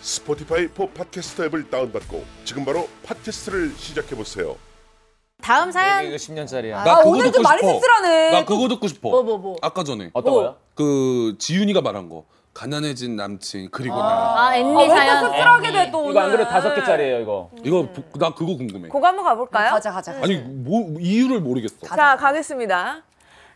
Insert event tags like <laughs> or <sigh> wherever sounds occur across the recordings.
스포티파이 포 팟캐스터 앱을 다운받고 지금 바로 팟캐스트를 시작해보세요. 다음 사연 예, 이거 10년짜리야. 아, 나 그거 오늘 듣고 좀 많이 싶어. 씁쓸하네. 나 그거 듣고 싶어. 뭐, 뭐, 뭐. 아까 전에 어떤 거요? 그 지윤이가 말한 거. 가난해진 남친 그리고 나. 아 엔리 아, 왜 사연. 또 씁쓸하게 돼, 네. 또 오늘. 이거 안 그래도 다섯 개짜리예요 이거. 이거 보- 나 그거 궁금해. 그거 한번 가볼까요? 가자, 가자. 아니 뭐 이유를 모르겠어. 자, 가겠습니다.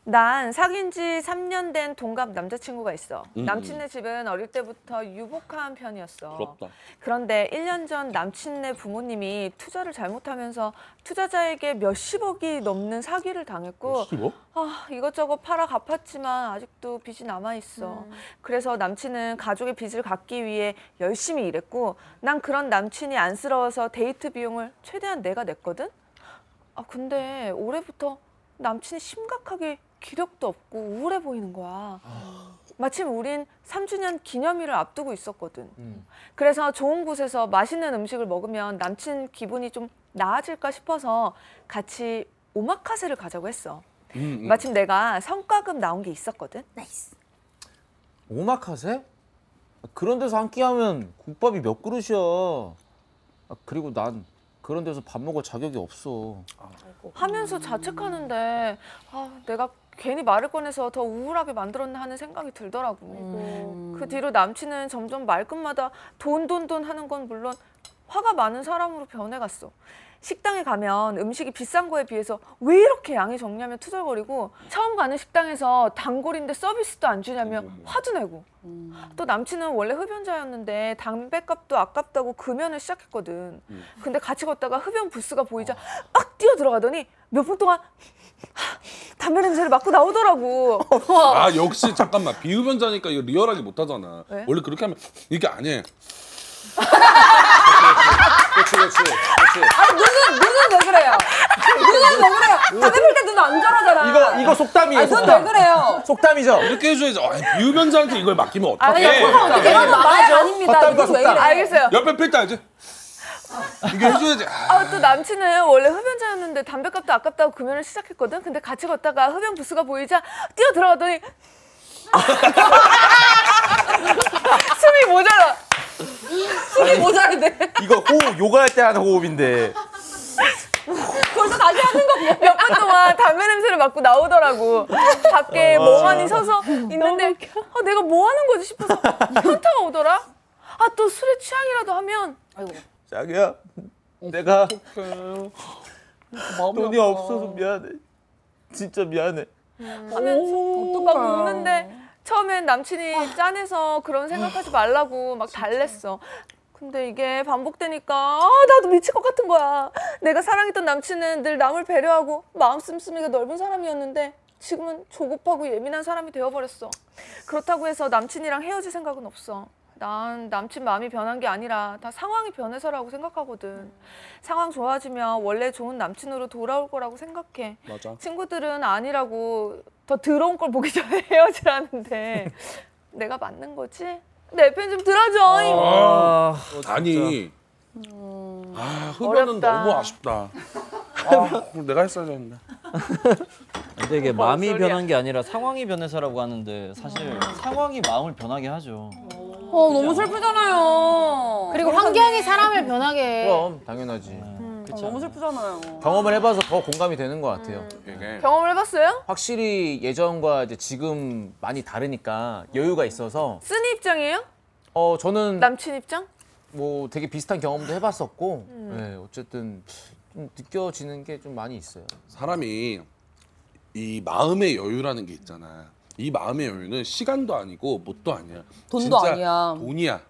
난 사귄 지 3년 된 동갑 남자친구가 있어. 음. 남친네 집은 어릴 때부터 유복한 편이었어. 부럽다. 그런데 1년 전 남친네 부모님이 투자를 잘못하면서 투자자에게 몇십억이 넘는 사기를 당했고 뭐? 싫어? 아, 이것저것 팔아 갚았지만 아직도 빚이 남아 있어. 그래서 남친은 가족의 빚을 갚기 위해 열심히 일했고 난 그런 남친이 안쓰러워서 데이트 비용을 최대한 내가 냈거든. 아, 근데 올해부터 남친이 심각하게 기력도 없고 우울해 보이는 거야. 마침 우린 3주년 기념일을 앞두고 있었거든. 그래서 좋은 곳에서 맛있는 음식을 먹으면 남친 기분이 좀 나아질까 싶어서 같이 오마카세를 가자고 했어. 음, 음. 마침 내가 성과급 나온 게 있었거든. 오마카세? 아, 그런 데서 한 끼 하면 국밥이 몇 그릇이야. 아, 그리고 난 그런 데서 밥 먹을 자격이 없어. 하면서 자책하는데 아, 내가 괜히 말을 꺼내서 더 우울하게 만들었나 하는 생각이 들더라고. 그 뒤로 남친은 점점 말끝마다 돈 돈 돈 하는 건 물론 화가 많은 사람으로 변해갔어. 식당에 가면 음식이 비싼 거에 비해서 왜 이렇게 양이 적냐며 투덜거리고 처음 가는 식당에서 단골인데 서비스도 안 주냐며 화도 내고 또 남친은 원래 흡연자였는데 담배값도 아깝다고 금연을 시작했거든. 근데 같이 걷다가 흡연 부스가 보이자 막 뛰어 들어가더니 몇 분 동안 담배 냄새를 맡고 나오더라고. 아 역시 잠깐만 비흡연자니까 이거 리얼하게 못 하잖아. 왜? 원래 그렇게 하면 이게 아니야. 그렇지 그렇지 그렇지. 눈은, 눈은 왜 그래요? 눈은 왜 그래요? 담배 필 때 눈 안 저러잖아. 이거 이거 속담이에요. 아니, 눈왜 속담. 그래요? 속담이죠. 이렇게 해줘야지. 아, 비흡연자한테 이걸 맡기면 아니, 어떡해? 이거는 말 아닙니다. 헛담과 눈왜 속담. 그래요? 알겠어요. 옆에 필 때야지. 이게 해줘야지. 아, 아, 또 남친은 원래 흡연자였는데 담배값도 아깝다고 금연을 시작했거든. 근데 같이 걷다가 흡연 부스가 보이자 뛰어 들어가더니 <laughs> 숨이 모자라. 숨이 모자른데. 이거 호흡 요가할 때 하는 호흡인데. 벌써 다시 하는 거 뭐야? 몇 분 동안 담배 냄새를 맡고 나오더라고. 밖에 멍하니 서서 있는데 아, 내가 뭐 하는 거지 싶어서 현타가 오더라. 아, 또 술에 취향이라도 하면 자기야, 내가 돈이 없어서 미안해. 진짜 미안해. 하면서 또막 웃는데 처음엔 남친이 짠해서 그런 생각하지 말라고 막 달랬어. 근데 이게 반복되니까 아, 나도 미칠 것 같은 거야. 내가 사랑했던 남친은 늘 남을 배려하고 마음 씀씀이가 넓은 사람이었는데 지금은 조급하고 예민한 사람이 되어버렸어. 그렇다고 해서 남친이랑 헤어질 생각은 없어. 난 남친 마음이 변한 게 아니라 다 상황이 변해서라고 생각하거든. 상황 좋아지면 원래 좋은 남친으로 돌아올 거라고 생각해. 맞아. 친구들은 아니라고 더 더러운 걸 보기 전에 <laughs> 헤어지라는데 내가 맞는 거지? 내 편 좀 들어줘. 아, 아니. 아 흡연은 음. 어렵다. 너무 아쉽다. <laughs> 아, 그걸 내가 했어야 되는데. 근데 이게 마음이 변한 게 아니라 상황이 변해서라고 하는데 음. 사실 상황이 마음을 변하게 하죠. 어, 너무 슬프잖아요. 그리고 환경이 사람을 변하게 해. 그럼 당연하지. 어, 너무 슬프잖아요. 경험을 해봐서 더 공감이 되는 것 같아요. 이게. 경험을 해봤어요? 확실히 예전과 이제 지금 많이 다르니까 여유가 있어서 쓰니 입장이에요? 어 저는 남친 입장? 뭐 되게 비슷한 경험도 해봤었고 음. 네, 어쨌든 좀 느껴지는 게 좀 많이 있어요. 사람이 이 마음의 여유라는 게 있잖아. 이 마음의 여유는 시간도 아니고 뭣도 아니야. 돈도 진짜 아니야. 돈이야.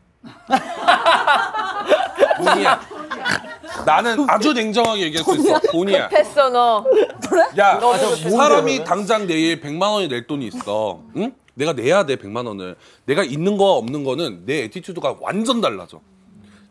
돈이야. 나는 아주 냉정하게 얘기할 수 있어. 돈이야. 했어 너. 야, 사람이 그러면? 당장 내일 100만 원이 낼 돈이 있어. 응? 내가 내야 돼, 100만 원을. 내가 있는 거와 없는 거는 내 애티튜드가 완전 달라져.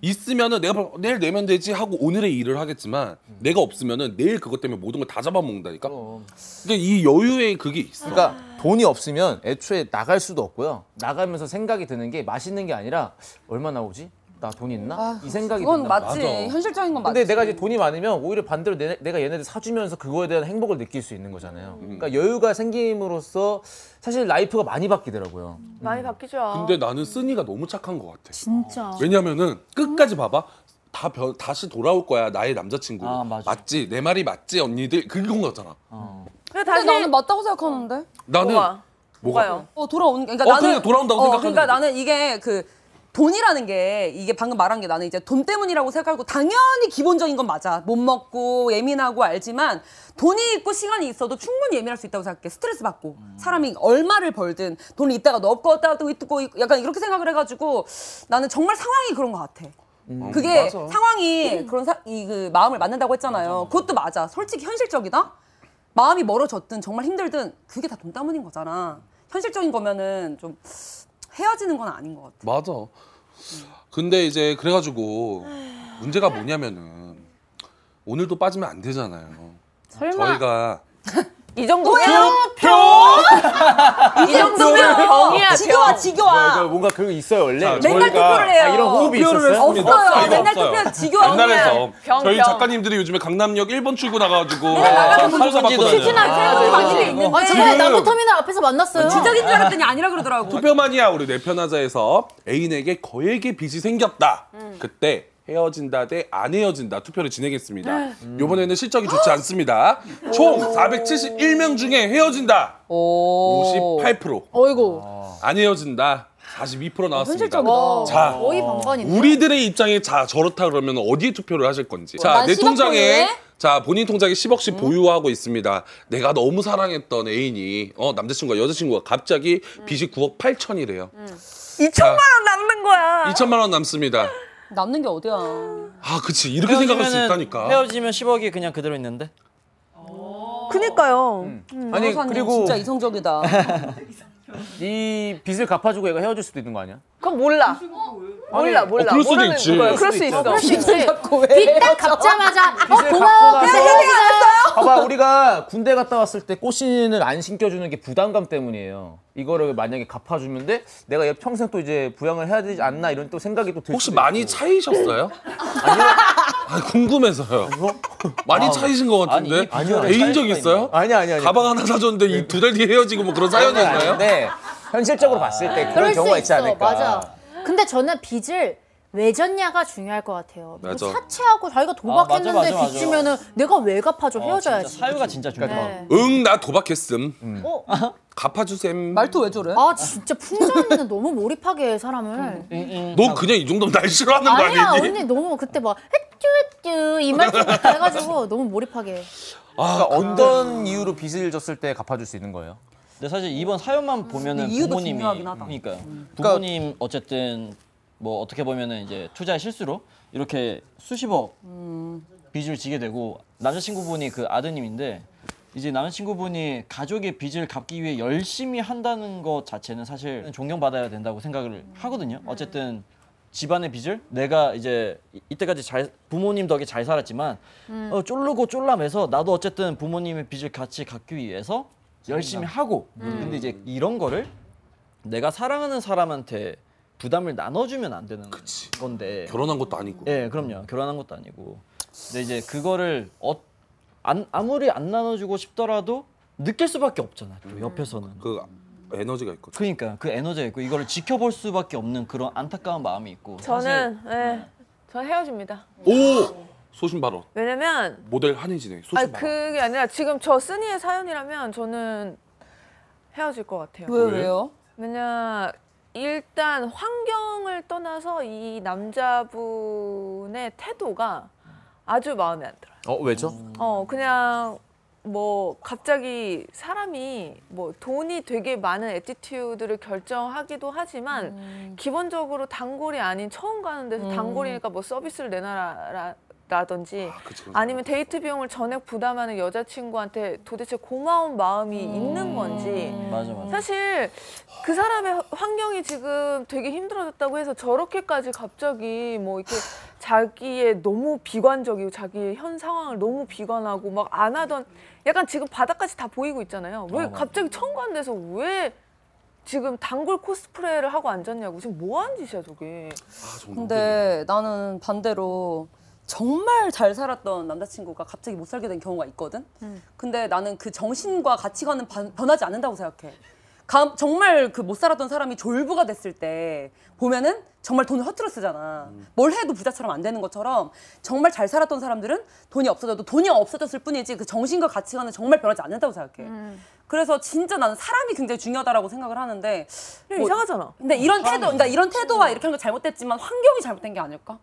있으면은 내가 바- 내일 내면 되지 하고 오늘의 일을 하겠지만 내가 없으면은 내일 그것 때문에 모든 걸 다 잡아먹는다니까. 근데 이 여유의 그게 있어. 그러니까 돈이 없으면 애초에 나갈 수도 없고요. 나가면서 생각이 드는 게 맛있는 게 아니라 얼마 나오지? 나 돈 있나? 이 생각이 그건 든다고. 맞지. 맞아. 현실적인 건 맞지. 근데 내가 이제 돈이 많으면 오히려 반대로 내, 내가 얘네들 사주면서 그거에 대한 행복을 느낄 수 있는 거잖아요. 그러니까 여유가 생김으로써 사실 라이프가 많이 바뀌더라고요. 많이 바뀌죠. 근데 나는 쓰니가 너무 착한 것 같아. 진짜. 왜냐면은 끝까지 봐봐. 다 변, 다시 돌아올 거야 나의 남자친구. 아, 맞아. 맞지 내 말이 맞지 언니들 그건 거잖아. 근데 근데 다시 나는 맞다고 생각하는데. 나는 뭐가? 뭐가? 뭐가요? 어 돌아오는 게. 어, 그러니까 돌아온다고 어, 그러니까 생각하는 거지. 나는 이게 그 돈이라는 게 이게 방금 말한 게 나는 이제 돈 때문이라고 생각하고 당연히 기본적인 건 맞아. 못 먹고 예민하고 알지만 돈이 있고 시간이 있어도 충분히 예민할 수 있다고 생각해. 스트레스 받고 사람이 얼마를 벌든 돈이 있다가 넣고 따고 있고 약간 이렇게 생각을 해가지고 나는 정말 상황이 그런 것 같아. 음, 그게 상황이 그런 사, 이 그 마음을 맞는다고 했잖아요. 그것도 맞아. 솔직히 현실적이다. 마음이 멀어졌든 정말 힘들든 그게 다 돈 때문인 거잖아. 현실적인 거면은 좀 헤어지는 건 아닌 것 같아. 맞아. 근데 이제 그래가지고 문제가 뭐냐면은 오늘도 빠지면 안 되잖아요. 설마. 저희가 이 정도면 이 정도면 병이야, 어. 지겨워 그러니까 지겨워. 뭔가 그거 있어요 원래. 자, 맨날 투표를 해요. 아, 이런 호흡이 있었어요? 없어요. 이거 맨날 없어요. 투표 지겨워. 옛날에서 병, 저희 병. 작가님들이 요즘에 강남역 1번 출구 나가가지고 사무사 받고 다녀요. 세금이 많이 있는데 아, 저번에 남부터미널 앞에서 만났어요. 지적인 줄 알았더니 아니라 그러더라고. 투표만이야 우리 내 편하자에서 애인에게 거액의 빚이 생겼다. 그때 헤어진다 대 안 헤어진다 투표를 진행했습니다. 이번에는 실적이 좋지 않습니다. 총 471명 중에 헤어진다 58%. 어이구. 안 헤어진다. 42% 나왔습니다. 현실적이다. 자, 거의 반반인데. 우리들의 입장에 자 저렇다 그러면 어디에 투표를 하실 건지. 자, 난 내 10억 통장에 보유해? 자 본인 통장에 10억씩 보유하고 있습니다. 내가 너무 사랑했던 애인이 어 남자친구가 여자친구가 갑자기 빚이 9억 8천이래요. 2천만 원 남는 거야. 2천만 원 남습니다. 남는 게 어디야? 아, 그치 이렇게 생각할 수 있다니까. 헤어지면 10억이 그냥 그대로 있는데. 어, 그니까요. 아니 변호사님 그리고 진짜 <laughs> 이성적이다. 이 빚을 갚아주고 얘가 헤어질 수도 있는 거 아니야? 그건 몰라. 몰라 몰라. 어, 그럴 수도 모르는 있지. 거야. 그럴 수 있어. 빚딱 갚자마자 어 고마워. 갚고 나서 봐봐 우리가 군대 갔다 왔을 때 꽃신을 안 신겨주는 게 부담감 때문이에요. 이거를 만약에 갚아주면데 내가 얘 평생 또 이제 부양을 해야 되지 않나 이런 또 생각이 또들 혹시 수도 많이 있고. 차이셨어요? 아니, 궁금해서요. 많이 차이신 것 같은데. 아니, 아니요. 애인적 있어요? 아니 아니 아니 가방 하나 사줬는데 이 두 달 뒤에 헤어지고 뭐 그런 사연이 있나요? 네 현실적으로 봤을 때 그런 그럴 경우가 수 있지 있어. 않을까. 맞아. 근데 저는 빚을 왜 졌냐가 중요할 것 같아요. 뭐 맞아. 사채하고 자기가 도박했는데 아, 맞아, 맞아, 빚 맞아. 주면은 내가 왜 갚아줘 어, 진짜 헤어져야지. 사유가 진짜 중요해. 네. 응 나 도박했음. 어? 갚아주셈. 말투 왜 저래? 아 진짜 풍자언니는 너무 몰입하게 해, 사람을. 너 그냥 이 정도면 날 싫어하는 거 아니야 아니니? 언니 너무 그때 막 햇쭈햇쭈 이 말투 해가지고 너무 몰입하게. 해. 아, 그러니까 어떤 이유로 빚을 줬을 때 갚아줄 수 있는 거예요? 근데 사실 이번 사연만 보면은 음, 이유도 부모님이 중요하긴 하다. 음. 그러니까요. 부모님 어쨌든 뭐 어떻게 보면은 이제 투자의 실수로 이렇게 수십억 빚을 지게 되고 남자친구분이 그 아드님인데 이제 남자친구분이 가족의 빚을 갚기 위해 열심히 한다는 것 자체는 사실 존경받아야 된다고 생각을 하거든요. 어쨌든 집안의 빚을 내가 이제 이- 이때까지 잘 부모님 덕에 잘 살았지만 어, 쫄르고 쫄라매서 나도 어쨌든 부모님의 빚을 같이 갚기 위해서 열심히 하고 근데 이제 이런 거를 내가 사랑하는 사람한테 부담을 나눠주면 안 되는 건데 결혼한 것도 아니고. 예, 음. 그럼요. 결혼한 것도 아니고. 근데 이제 그거를 어, 안, 아무리 안 나눠주고 싶더라도 느낄 수밖에 없잖아. 또 음. 옆에서는. 그, 그 에너지가 있거든. 러니까그 에너지가 있고 이거를 지켜볼 수밖에 없는 그런 안타까운 마음이 있고. 사실 저는 예. 전 헤어집니다. 오! 소신 발언. 왜냐면 모델 한혜진의 아 소신 발언. 그게 아니라 지금 저 쓰니의 사연이라면 저는 헤어질 것 같아요. 왜 왜요? 왜냐 일단 환경을 떠나서 이 남자분의 태도가 아주 마음에 안 들어요. 어 왜죠? 어 그냥 뭐 갑자기 사람이 뭐 돈이 되게 많은 에티튜드를 결정하기도 하지만 기본적으로 단골이 아닌 처음 가는 데서 단골이니까 뭐 서비스를 내놔라 준다든지 그치, 그치. 아, 니면 데이트 비용을 전액 부담하는 여자친구한테 도대체 고마운 마음이 있는 건지 음, 맞아 맞아. 사실 그 사람의 허- 환경이 지금 되게 힘들어졌다고 해서 저렇게까지 갑자기 뭐 이렇게 자기의 너무 비관적이고 자기 현 상황을 너무 비관하고 막 안 하던 약간 지금 바닥까지 다 보이고 있잖아요. 왜 어, 맞아. 갑자기 청관돼서 왜 지금 단골 코스프레를 하고 앉았냐고 지금 뭐 하는 짓이야 저게. 근데 네, 나는 반대로 정말 잘 살았던 남자친구가 갑자기 못 살게 된 경우가 있거든. 음. 근데 나는 그 정신과 가치관은 바- 변하지 않는다고 생각해. 감- 정말 그 못 살았던 사람이 졸부가 됐을 때 보면은 정말 돈을 허투루 쓰잖아. 뭘 해도 부자처럼 안 되는 것처럼 정말 잘 살았던 사람들은 돈이 없어져도 돈이 없어졌을 뿐이지 그 정신과 가치관은 정말 변하지 않는다고 생각해. 음. 그래서 진짜 나는 사람이 굉장히 중요하다라고 생각을 하는데 뭐 그냥 이상하잖아. 근데 이런 태도, 그러니까 이런 태도와 이렇게 하는 건 잘못됐지만 환경이 잘못된 게 아닐까?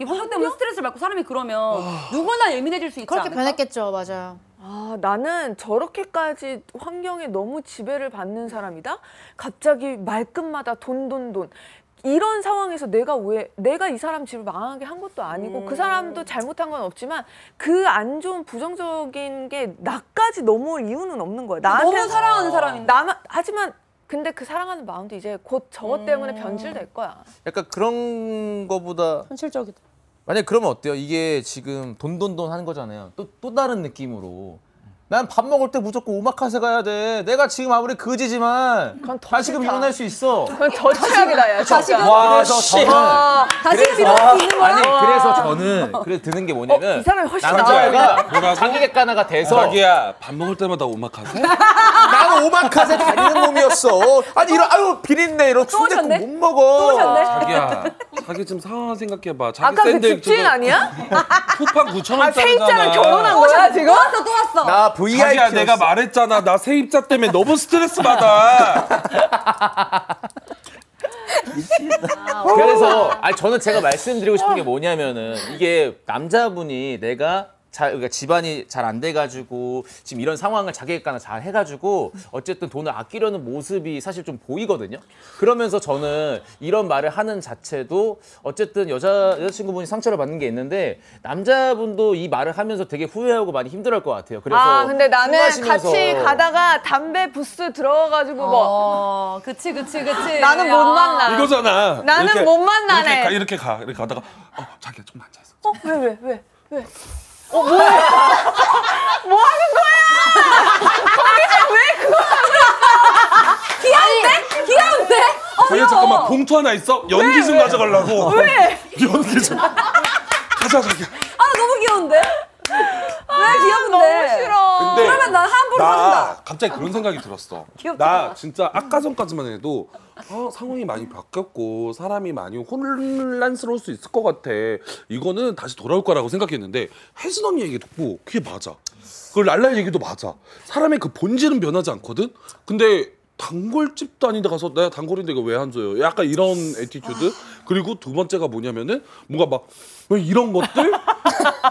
이 환경 때문에 스트레스를 받고 사람이 그러면 누구나 예민해질 수 있지 그렇게 않을까? 변했겠죠, 맞아요. 아, 나는 저렇게까지 환경에 너무 지배를 받는 사람이다? 갑자기 말끝마다 돈, 돈, 돈. 이런 상황에서 내가 왜, 내가 이 사람 집을 망하게 한 것도 아니고 그 음. 사람도 잘못한 건 없지만 그 안 좋은 부정적인 게 나까지 넘어올 이유는 없는 거야. 나한테. 너무 사랑하는 사람인데. 나 하지만 근데 그 사랑하는 마음도 이제 곧 저것 때문에 음. 변질될 거야. 약간 그런 거보다 현실적이다. 만약 에 그러면 어때요? 이게 지금 돈돈돈 하는 거잖아요. 또 또 다른 느낌으로. 난 밥 먹을 때 무조건 오마카세 가야 돼. 내가 지금 아무리 그지지만 그건 더 다시금 싫다. 일어날 수 있어. 그건 더 최악이다, 야. 다시금 그래서 저는 다시금 이러고 있는 거야? 아니 그래서 저는 그래서 드는 게 뭐냐면 이 사람이 훨씬 그 나아요. 남자가 자기 객관화가 돼서 어. 자기야 밥 먹을 때마다 오마카세? 나는 오마카세 다니는 놈이었어. 아니 이런 아유 비린내 이런 순대국 오셨네? 못 먹어. 자기야 자기 좀 상황 생각해봐. 자기 아까 그 샌들 집주인 아니야? 쿠팡 9천 원짜리잖아. 세입자랑 결혼한 거야, 지금? 왔어 또 왔어. 나 자기야 VIP였어. 내가 말했잖아 나 세입자 때문에 너무 스트레스 받아. 어. 그래서 아니 저는 제가 말씀드리고 싶은 게 뭐냐면은 이게 남자분이 내가 잘 그러니까 집안이 잘 안 돼가지고 지금 이런 상황을 자기가 잘 해가지고 어쨌든 돈을 아끼려는 모습이 사실 좀 보이거든요. 그러면서 저는 이런 말을 하는 자체도 어쨌든 여자 여자친구분이 상처를 받는 게 있는데 남자분도 이 말을 하면서 되게 후회하고 많이 힘들어할 것 같아요. 그래서 아, 근데 나는 마시면서 같이 가다가 담배 부스 들어가가지고 뭐 어, 그치 그치 <laughs> 그치. 나는 못 만나. 이거잖아. 나는 못 이렇게 가 만나네. 이렇게 가 이렇게 가다가 어 자기야 좀 앉아 있어. 어, 왜, 왜, 왜? 어, 뭐? <laughs> 귀여운데? 귀여운데? 자기야 잠깐만 봉투 하나 있어? 연기 좀 가져가려고. 어, 왜? <laughs> 연기 좀. 가자 자기야. 아 너무 귀여운데? 왜 귀여운데? 너무 싫어. 근데 그러면 난 함부로 나 사준다. 갑자기 그런 생각이 들었어. <laughs> 귀엽다. 나 진짜 아까 전까지만 해도 아, 상황이 많이 바뀌었고 사람이 많이 혼란스러울 수 있을 것 같아. 이거는 다시 돌아올 거라고 생각했는데 혜진 언니 얘기 듣고 그게 맞아. 그 랄라 얘기도 맞아. 사람의 그 본질은 변하지 않거든. 근데 단골집도 아닌데 가서 내가 단골인데 이거 왜 안 줘요? 약간 아. 이런 에티튜드. 그리고 두 번째가 뭐냐면은 뭔가 막뭐 이런 것들 막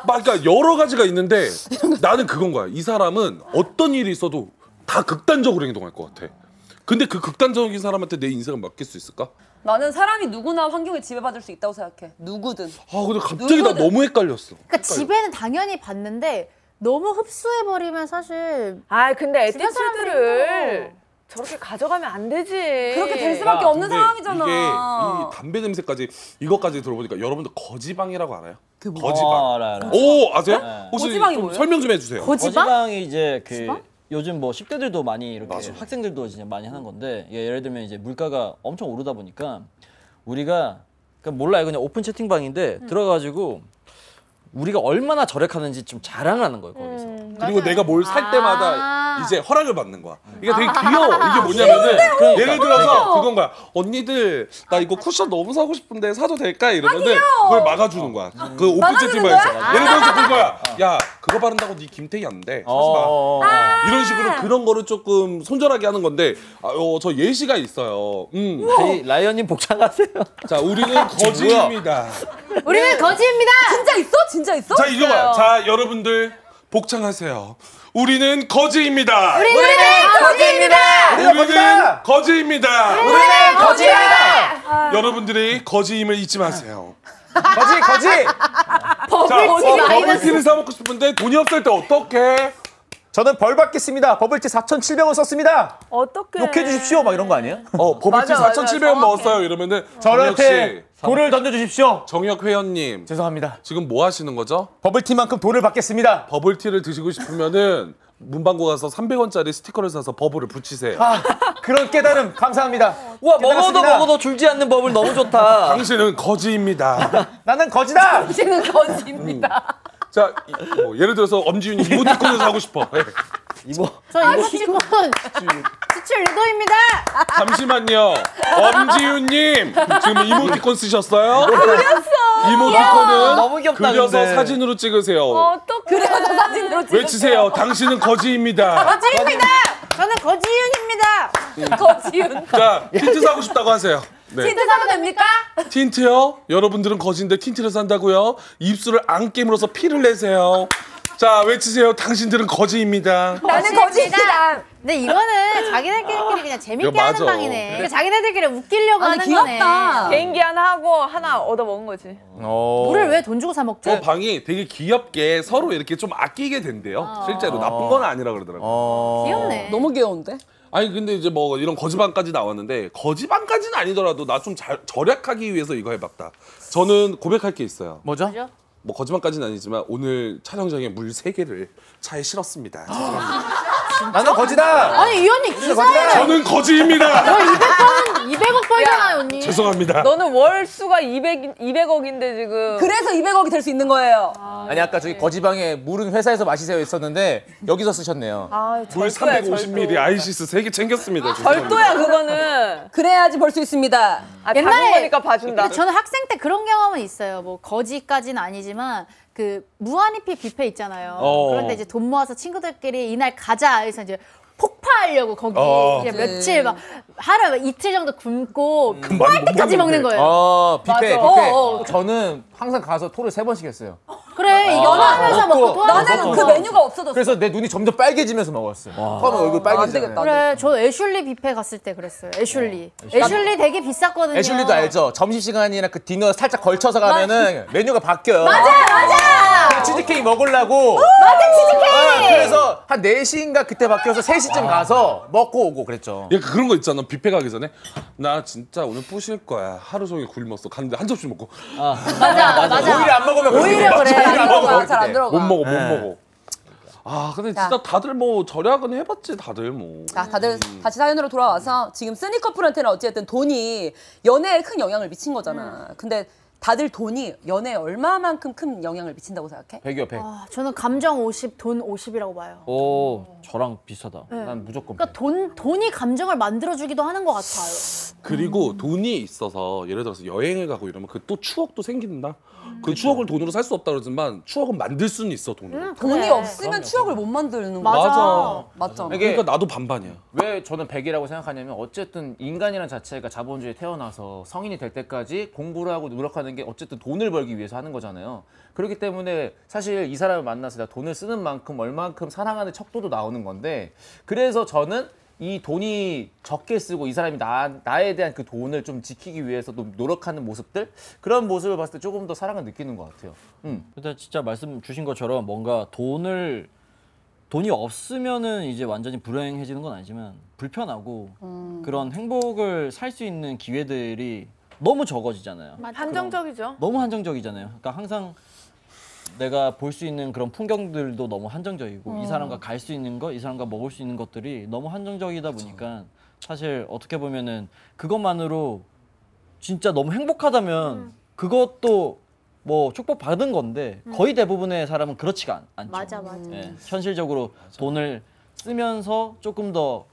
그러니까 여러 가지가 있는데 나는 그건 거야. 이 사람은 어떤 일이 있어도 다 극단적으로 행동할 것 같아. 근데 그 극단적인 사람한테 내 인생을 맡길 수 있을까? 나는 사람이 누구나 환경에 지배받을 수 있다고 생각해. 누구든. 아 근데 갑자기 나 누구든- 너무 헷갈렸어. 그러니까 집에는 당연히 봤는데 너무 흡수해버리면 사실 아, 근데 주변 사람들이 에티튜드를 저렇게 가져가면 안 되지. 그렇게 될 수밖에 없는 근데 상황이잖아. 이게 이 담배 냄새까지 이것까지 들어보니까 여러분들 거지방이라고 알아요? 거지방. 어, 알아 알아. 오 아세요? 혹시 네. 거지방이 좀 뭐예요? 설명 좀 해주세요. 거지방이 이제 그 요즘 뭐 10대들도 많이 이렇게 학생들도 진짜 많이 하는 건데 예, 예를 들면 이제 물가가 엄청 오르다 보니까 우리가 그러니까 몰라요 그냥 오픈 채팅방인데 들어가지고 우리가 얼마나 절약하는지 좀 자랑하는 거예요 거기서 그리고 내가 뭘 살 때마다 아. 이제 허락을 받는 거야. 이게 되게 아. 귀여워. 이게 뭐냐면은 그 예를 들어서 그건 거야. 언니들 나 이거 쿠션 너무 사고 싶은데 사도 될까 이러는데 그걸 아, 막아주는 거야. 아. 그 오픈 채팅방에서 예를 들어서 그거야. 야 그거 바른다고 네 김태희 안 돼. 사지 마. 어, 이런 식으로 그런 거를 조금 손절하게 하는 건데 아, 어, 저 예시가 있어요. 음. 저희 라이언님 복장 하세요 자 <laughs> 우리는 거짓입니다. 우리는 거지입니다. 진짜 있어? 진짜 있어? 자 이거 봐요. 자 여러분들 복창하세요. 우리는 거지입니다. 우리는 거지입니다. 우리는 아. 거지입니다. 우리는 거지입니다. 여러분들이 거지임을 잊지 마세요. 거지 거지. 자, 어, 마이너스. 버블티를 사 먹고 싶은데 돈이 없을 때 어떡해? 저는 벌 받겠습니다. 버블티 4,700원 썼습니다. 어떻게 욕해 주십시오. 막 이런 거 아니에요? 어, 버블티 맞아, 맞아. 4,700원 먹었어요. 이러면은 정혁 씨, 저한테 돌을 던져 주십시오. 정혁 회원님, 죄송합니다. 지금 뭐 하시는 거죠? 버블티만큼 돌을 받겠습니다. 버블티를 드시고 싶으면은 문방구 가서 300원짜리 스티커를 사서 버블을 붙이세요. 아, 그런 깨달음 감사합니다. 와 먹어도 깨달았습니다. 먹어도 줄지 않는 법을 너무 좋다. 당신은 거지입니다. 나는 거지다. 지는 건입니다. 자, 이- 뭐 예를 들어서 엄지윤이 이모티콘을 사고 싶어. 예. 저 이거 지금 수출 유도입니다. 잠시만요. 엄지윤님 지금 이모티콘 쓰셨어요? 그렸어. 이모티콘은 너무 귀엽다, 그려서 근데. 사진으로 찍으세요. 어떻게 그래서 사진으로 찍 외치세요. 당신은 거지입니다. 거지입니다. 저는 거지윤입니다. 거지윤. 자, 틴트 사고 싶다고 하세요. 네. 힌트 사도 됩니까? 틴트요? 여러분들은 거지인데 틴트를 산다고요? 입술을 안 깨물어서 피를 내세요. 자, 외치세요. 당신들은 거지입니다. 나는 거지입니다. 근데 이거는 자기네끼리 그냥 재밌게 이거 맞아. 하는 방이네. 그러니까 자기네들끼리 웃기려고 아니 하는 귀엽다. 거네. 개인기 하나 하고 하나 얻어 먹은 거지. 물을 왜 돈 주고 사 먹죠? 저그 방이 되게 귀엽게 서로 이렇게 좀 아끼게 된대요. 실제로 나쁜 건 아니라 그러더라고요. 귀엽네. 너무 귀여운데? 아니 근데 이제 뭐 이런 거지방까지 나왔는데 거지방까지는 아니더라도 나 좀 절약하기 위해서 이거 해봤다. 저는 고백할 게 있어요. 뭐죠? 뭐 거지방까지는 아니지만 오늘 촬영장에 물 세 개를 차에 실었습니다. 나는 거지다. 아니 이 언니 기사에 저는 거지입니다. 200억 벌잖아요 언니. 죄송합니다. 너는 월수가 200 200억인데 지금. 그래서 200억이 될 수 있는 거예요. 아니 아까 저기 거지방에 물은 회사에서 마시세요 했었는데 여기서 쓰셨네요. 아, 물 절도야, 절도. 350ml 아이시스 세 개 챙겼습니다. 죄송합니다. 절도야 그거는. 그래야지 벌 수 있습니다. 아, 옛날에- 작은 거니까 봐준다. 근데 저는 학생 때 그런 경험은 있어요. 뭐 거지까지는 아니지만 그 무한리필 뷔페 있잖아요. 어. 그런데 이제 돈 모아서 친구들끼리 이날 가자 해서 이제 폭파하려고 거기 어. 이제 며칠 막 하루 이틀 정도 굶고 끝날 음. 못 때까지 먹는 먹는데. 거예요. 어, 뷔페, 맞아. 뷔페. 어, 저는 항상 가서 토를 세 번씩 했어요. 그래 이거 하면서 먹고 또 하면서 나는 그 먹고. 메뉴가 없어졌어. 그래서 내 눈이 점점 빨개지면서 먹었어요. 처음에 얼굴 빨개지잖아요. 그래 네, 저 애슐리 뷔페 갔을 때 그랬어요. 애슐리. 애슐리 되게 비쌌거든요. 애슐리도 네, 알죠? 점심시간이나 그 디너 살짝 걸쳐서 가면은 메뉴가 바뀌어요. 맞아. 그래서 치즈케이크 먹으려고. 맞아 치즈케이크. 아, 그래서 한 4시인가 그때 바뀌어서 아. 3시쯤 가서 먹고 오고 그랬죠. 약간 예, 그런 거 있잖아. 뷔페 가기 전에 나 진짜 오늘 부실 거야. 하루 종일 굶었어. 갔는데 한 접시 먹고 맞아 맞아. 오히려 안 먹으면 오히려 그렇게 그래. 돼요. 안 오히려 안 먹으면 들어가. 그렇게 잘안 돼요. 들어가. 못 먹어 못 먹어. 아 근데 진짜 다들 뭐 절약은 해봤지 다들 뭐. 자, 다들 다시 사연으로 돌아와서 지금 쓰니 커플한테는 어찌됐든 돈이 연애에 큰 영향을 미친 거잖아. 음. 근데 다들 돈이 연애에 얼마만큼 큰 영향을 미친다고 생각해? 100이요, 100. 아, 저는 감정 50, 돈 50이라고 봐요. 오 저랑 비슷하다. 난 무조건. 그러니까 돈 돈이 감정을 만들어 주기도 하는 것 같아요. 그리고 돈이 있어서 예를 들어서 여행을 가고 이러면 그 또 추억도 생긴다. 그 추억을 돈으로 살 수 없다 그러지만 추억은 만들 수는 있어 돈으로. 돈이 그래. 없으면 추억을 못 만드는 거야. 어, 맞아. 맞죠. 이게 그러니까 나도 반반이야. 왜 저는 100이라고 생각하냐면 어쨌든 인간이란 자체가 자본주의에 태어나서 성인이 될 때까지 공부를 하고 노력하는 게 어쨌든 돈을 벌기 위해서 하는 거잖아요. 그렇기 때문에 사실 이 사람을 만나서 내가 돈을 쓰는 만큼 얼만큼 사랑하는 척도도 나오는 건데 그래서 저는 이 돈이 적게 쓰고 이 사람이 나, 나에 대한 그 돈을 좀 지키기 위해서 또 노력하는 모습들 그런 모습을 봤을 때 조금 더 사랑을 느끼는 것 같아요. 음. 근데 진짜 말씀 주신 것처럼 뭔가 돈을 돈이 없으면은 이제 완전히 불행해지는 건 아니지만 불편하고 그런 행복을 살 수 있는 기회들이 너무 적어지잖아요. 한정적이죠. 너무 한정적이잖아요. 그러니까 항상 내가 볼 수 있는 그런 풍경들도 너무 한정적이고 이 사람과 갈 수 있는 거, 이 사람과 먹을 수 있는 것들이 너무 한정적이다 보니까 사실 어떻게 보면은 그것만으로 진짜 너무 행복하다면 그것도 뭐 축복 받은 건데 거의 대부분의 사람은 그렇지가 않, 않죠. 맞아 맞아. 예, 현실적으로 돈을 쓰면서 조금 더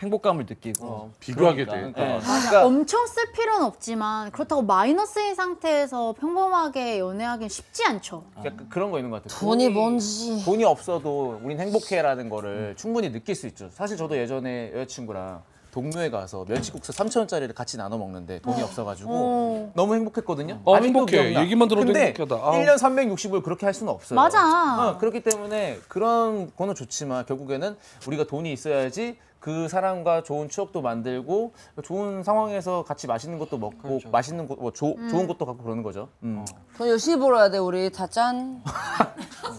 행복감을 느끼고 어, 어, 비교하게 그러니까. 돼. 네. 예. 엄청 쓸 필요는 없지만 그렇다고 마이너스인 상태에서 평범하게 연애하기는 쉽지 않죠. 약간 그러니까 그런 거 있는 것 같아요. 돈이 뭔지. 돈이 없어도 우린 행복해라는 거를 충분히 느낄 수 있죠. 사실 저도 예전에 여자친구랑 동묘에 가서 멸치국수 3,000원짜리를 같이 나눠 먹는데 돈이 없어가지고 너무 행복했거든요. 어, 아직도 행복해. 기억나. 얘기만 들어도 근데 행복하다. 아우. 1년 360을 그렇게 할 수는 없어요. 맞아. 어, 그렇기 때문에 그런 거는 좋지만 결국에는 우리가 돈이 있어야지 그 사람과 좋은 추억도 만들고 좋은 상황에서 같이 맛있는 것도 먹고 그렇죠. 맛있는 곳뭐 좋은 것도 갖고 그러는 거죠. 음. 돈 열심히 벌어야 돼 우리 다짠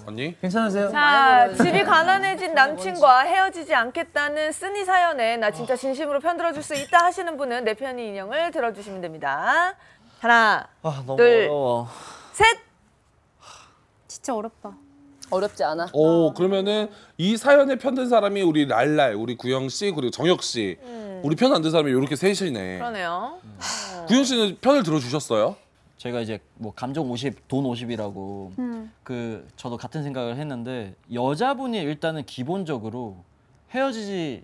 언니? 괜찮으세요? 아. 자, 집이 가난해진 남친과 헤어지지 않겠다는 쓰니 사연에 나 진짜 진심으로 편들어줄 수 있다 하시는 분은 내 편이 인형을 들어주시면 됩니다. 하나, 아 너무 둘. 어려워. 셋! 진짜 어렵다. 어렵지 않아 오 그러면은 이 사연에 편든 사람이 우리 랄랄, 우리 구영 씨 그리고 정혁 씨. 우리 편 안 든 사람이 이렇게 셋이네. 그러네요. 구영 씨는 편을 들어주셨어요? 저희가 이제 뭐 감정 50, 돈 50이라고 그 저도 같은 생각을 했는데 여자분이 일단은 기본적으로 헤어지지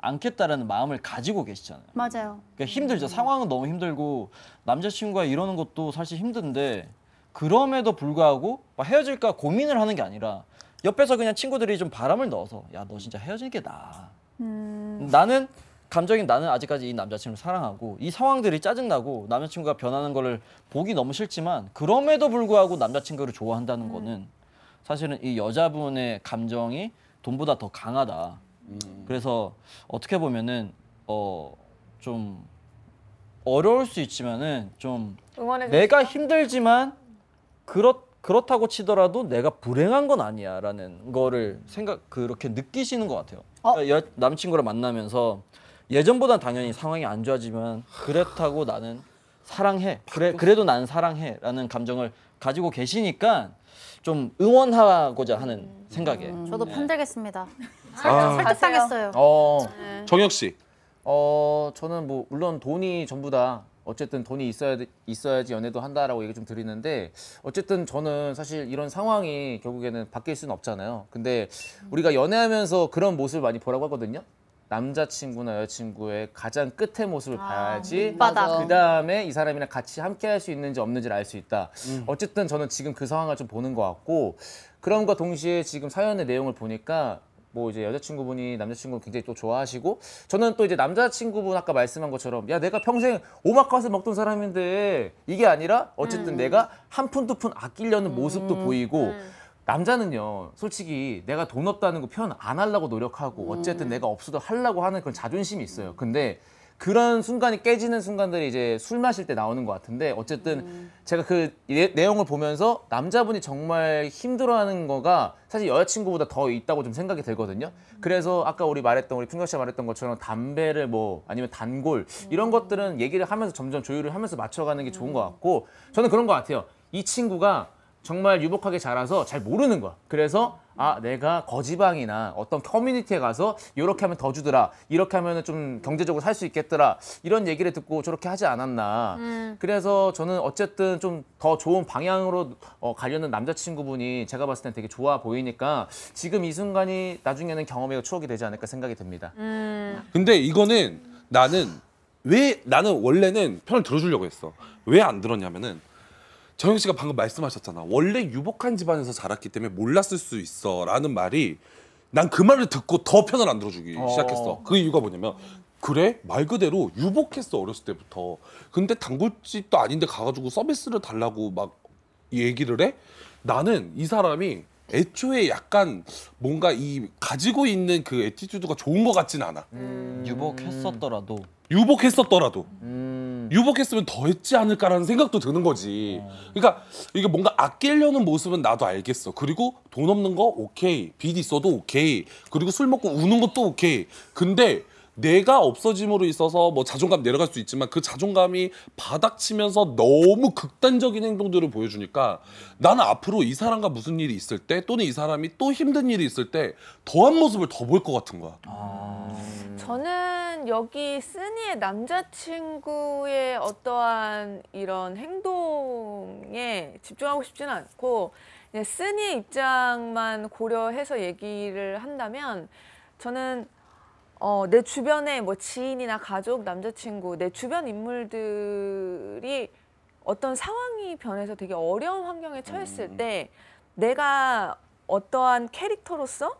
않겠다라는 마음을 가지고 계시잖아요. 맞아요. 그러니까 힘들죠. 상황은 너무 힘들고 남자친구가 이러는 것도 사실 힘든데 그럼에도 불구하고 막 헤어질까 고민을 하는 게 아니라 옆에서 그냥 친구들이 좀 바람을 넣어서 야 너 진짜 헤어지는 게 나아. 나는 감정인 나는 아직까지 이 남자친구를 사랑하고 이 상황들이 짜증나고 남자친구가 변하는 거를 보기 너무 싫지만 그럼에도 불구하고 남자친구를 좋아한다는 거는 사실은 이 여자분의 감정이 돈보다 더 강하다. 그래서 어떻게 보면은 어 좀 어려울 수 있지만은 좀 응원해 주세요. 내가 힘들지만 그렇 그렇다고 치더라도 내가 불행한 건 아니야라는 거를 생각 그렇게 느끼시는 것 같아요. 어? 그러니까 여- 남친구랑 만나면서 예전보단 당연히 상황이 안 좋아지만 그렇다고 나는 사랑해. 그래 그래도 나는 사랑해라는 감정을 가지고 계시니까 좀 응원하고자 하는 음. 생각에. 저도 편들겠습니다. 아. 설득당했어요. 어. 정혁 씨. 어 저는 뭐 물론 돈이 전부다. 어쨌든 돈이 있어야 있어야지 연애도 한다라고 얘기 좀 드리는데 어쨌든 저는 사실 이런 상황이 결국에는 바뀔 수는 없잖아요. 근데 우리가 연애하면서 그런 모습을 많이 보라고 하거든요. 남자친구나 여자친구의 가장 끝의 모습을 봐야지 아, 밑바닥. 그 다음에 이 사람이랑 같이 함께 할 수 있는지 없는지를 알 수 있다. 어쨌든 저는 지금 그 상황을 좀 보는 것 같고 그럼과 동시에 지금 사연의 내용을 보니까 뭐 이제 여자친구분이 남자친구분 굉장히 또 좋아하시고 저는 또 이제 남자친구분 아까 말씀한 것처럼 야 내가 평생 오마카세 먹던 사람인데 이게 아니라 어쨌든 내가 한 푼 두 푼 아끼려는 모습도 보이고 남자는요 솔직히 내가 돈 없다는 거 표현 안 하려고 노력하고 어쨌든 내가 없어도 하려고 하는 그런 자존심이 있어요 근데 그런 순간이 깨지는 순간들이 이제 술 마실 때 나오는 것 같은데 어쨌든 제가 그 예- 내용을 보면서 남자분이 정말 힘들어하는 거가 사실 여자친구보다 더 있다고 좀 생각이 들거든요. 그래서 아까 우리 말했던 우리 풍경 씨가 말했던 것처럼 담배를 뭐 아니면 단골 이런 것들은 얘기를 하면서 점점 조율을 하면서 맞춰가는 게 좋은 것 같고 저는 그런 것 같아요. 이 친구가 정말 유복하게 자라서 잘 모르는 거야. 그래서 아 내가 거지방이나 어떤 커뮤니티에 가서 이렇게 하면 더 주더라. 이렇게 하면 좀 경제적으로 살 수 있겠더라. 이런 얘기를 듣고 저렇게 하지 않았나. 그래서 저는 어쨌든 좀 더 좋은 방향으로 어, 가려는 남자친구분이 제가 봤을 땐 되게 좋아 보이니까 지금 이 순간이 나중에는 경험의 추억이 되지 않을까 생각이 듭니다. 근데 이거는 나는 왜 나는 원래는 편을 들어주려고 했어. 왜 안 들었냐면은 정영 씨가 방금 말씀하셨잖아. 원래 유복한 집안에서 자랐기 때문에 몰랐을 수 있어라는 말이 난 그 말을 듣고 더 편을 안 들어주기 시작했어. 그 이유가 뭐냐면 그래 말 그대로 유복했어 어렸을 때부터. 근데 단골집도 아닌데 가가지고 서비스를 달라고 막 얘기를 해? 나는 이 사람이 애초에 약간 뭔가 이 가지고 있는 그 애티튜드가 좋은 것 같진 않아. 유복했었더라도 유복했었더라도 음. 유복했으면 더 했지 않을까라는 생각도 드는 거지. 어. 그러니까 이게 뭔가 아끼려는 모습은 나도 알겠어. 그리고 돈 없는 거 오케이, 빚 있어도 오케이, 그리고 술 먹고 우는 것도 오케이. 근데 내가 없어짐으로 있어서 뭐 자존감 내려갈 수 있지만 그 자존감이 바닥치면서 너무 극단적인 행동들을 보여주니까 나는 앞으로 이 사람과 무슨 일이 있을 때 또는 이 사람이 또 힘든 일이 있을 때 더한 모습을 더 볼 것 같은 거야. 아, 저는 여기 쓰니의 남자친구의 어떠한 이런 행동에 집중하고 싶지는 않고 그냥 쓰니의 입장만 고려해서 얘기를 한다면 저는 어, 내 주변에 뭐 지인이나 가족, 남자친구, 내 주변 인물들이 어떤 상황이 변해서 되게 어려운 환경에 처했을 때 내가 어떠한 캐릭터로서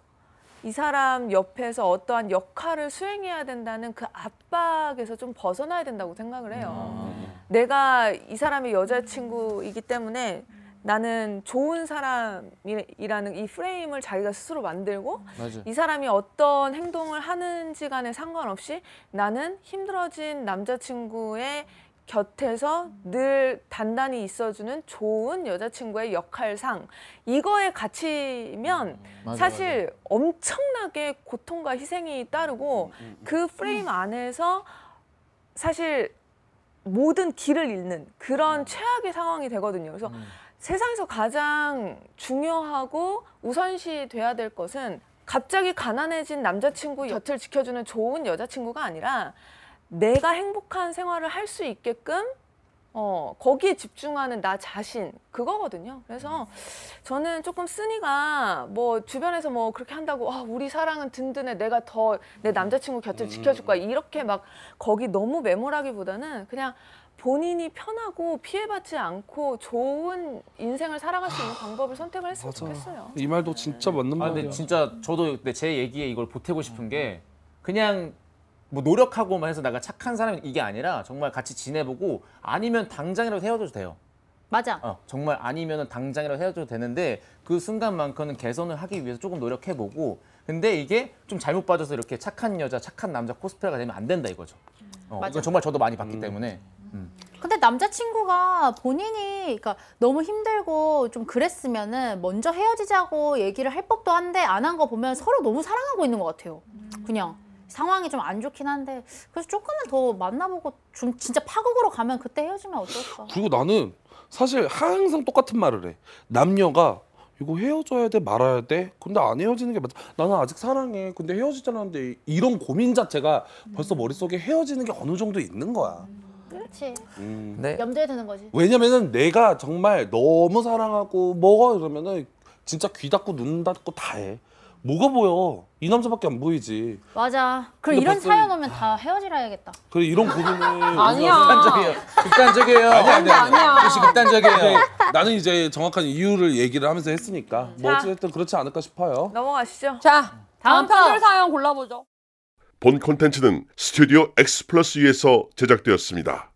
이 사람 옆에서 어떠한 역할을 수행해야 된다는 그 압박에서 좀 벗어나야 된다고 생각을 해요. 내가 이 사람의 여자친구이기 때문에 나는 좋은 사람이라는 이 프레임을 자기가 스스로 만들고 맞아. 이 사람이 어떤 행동을 하는지 간에 상관없이 나는 힘들어진 남자친구의 곁에서 늘 단단히 있어주는 좋은 여자친구의 역할상 이거에 갇히면 맞아, 사실 엄청나게 고통과 희생이 따르고 그 프레임 안에서 사실 모든 길을 잃는 음. 그런 최악의 상황이 되거든요. 그래서 세상에서 가장 중요하고 우선시 돼야 될 것은 갑자기 가난해진 남자친구 곁을 지켜주는 좋은 여자친구가 아니라 내가 행복한 생활을 할 수 있게끔 어, 거기에 집중하는 나 자신 그거거든요. 그래서 저는 조금 쓰니가 뭐 주변에서 뭐 그렇게 한다고 아, 우리 사랑은 든든해 내가 더 내 남자친구 곁을 지켜줄 거야 이렇게 막 거기 너무 매몰하기보다는 그냥 본인이 편하고 피해받지 않고 좋은 인생을 살아갈 수 있는 방법을 선택을 했으면 좋겠어요. 이 말도 진짜 맞는 아, 말이야. 근데 진짜 저도 근데 제 얘기에 이걸 보태고 싶은 게 그냥 뭐 노력하고만 해서 내가 착한 사람이 이게 아니라 정말 같이 지내보고 아니면 당장이라도 헤어져도 돼요. 맞아. 어, 정말 아니면은 당장이라도 헤어져도 되는데 그 순간만큼은 개선을 하기 위해서 조금 노력해보고 근데 이게 좀 잘못 빠져서 이렇게 착한 여자, 착한 남자 코스프레가 되면 안 된다 이거죠. 어, 맞아. 이건 정말 저도 많이 봤기 때문에 근데 남자친구가 본인이 그러니까 너무 힘들고 좀 그랬으면은 먼저 헤어지자고 얘기를 할 법도 한데 안 한 거 보면 서로 너무 사랑하고 있는 것 같아요. 그냥 상황이 좀 안 좋긴 한데 그래서 조금은 더 만나보고 좀 진짜 파국으로 가면 그때 헤어지면 어떨까? 그리고 나는 사실 항상 똑같은 말을 해. 남녀가 이거 헤어져야 돼 말아야 돼. 근데 안 헤어지는 게 맞아. 나는 아직 사랑해. 근데 헤어지자는데 이런 고민 자체가 벌써 머릿속에 헤어지는 게 어느 정도 있는 거야. 그렇지. 네. 염두에 드는 거지. 왜냐면은 내가 정말 너무 사랑하고 뭐가 이러면은 진짜 귀 닫고 눈 닫고 다 해. 뭐가 보여? 이 남자밖에 안 보이지. 맞아. 그럼 근데 이런 벌써 사연 오면 다 헤어지라 해야겠다. 그래 이런 고민을 <laughs> 극단적이에요. 극단적이에요. 아니야, 아니야. 역시 극단적이에요. 나는 이제 정확한 이유를 얘기를 하면서 했으니까 뭐 자. 어쨌든 그렇지 않을까 싶어요. 넘어가시죠. 자, 다음 다음 편들 편. 사연 골라보죠. 본 콘텐츠는 스튜디오 X 플러스에서 제작되었습니다.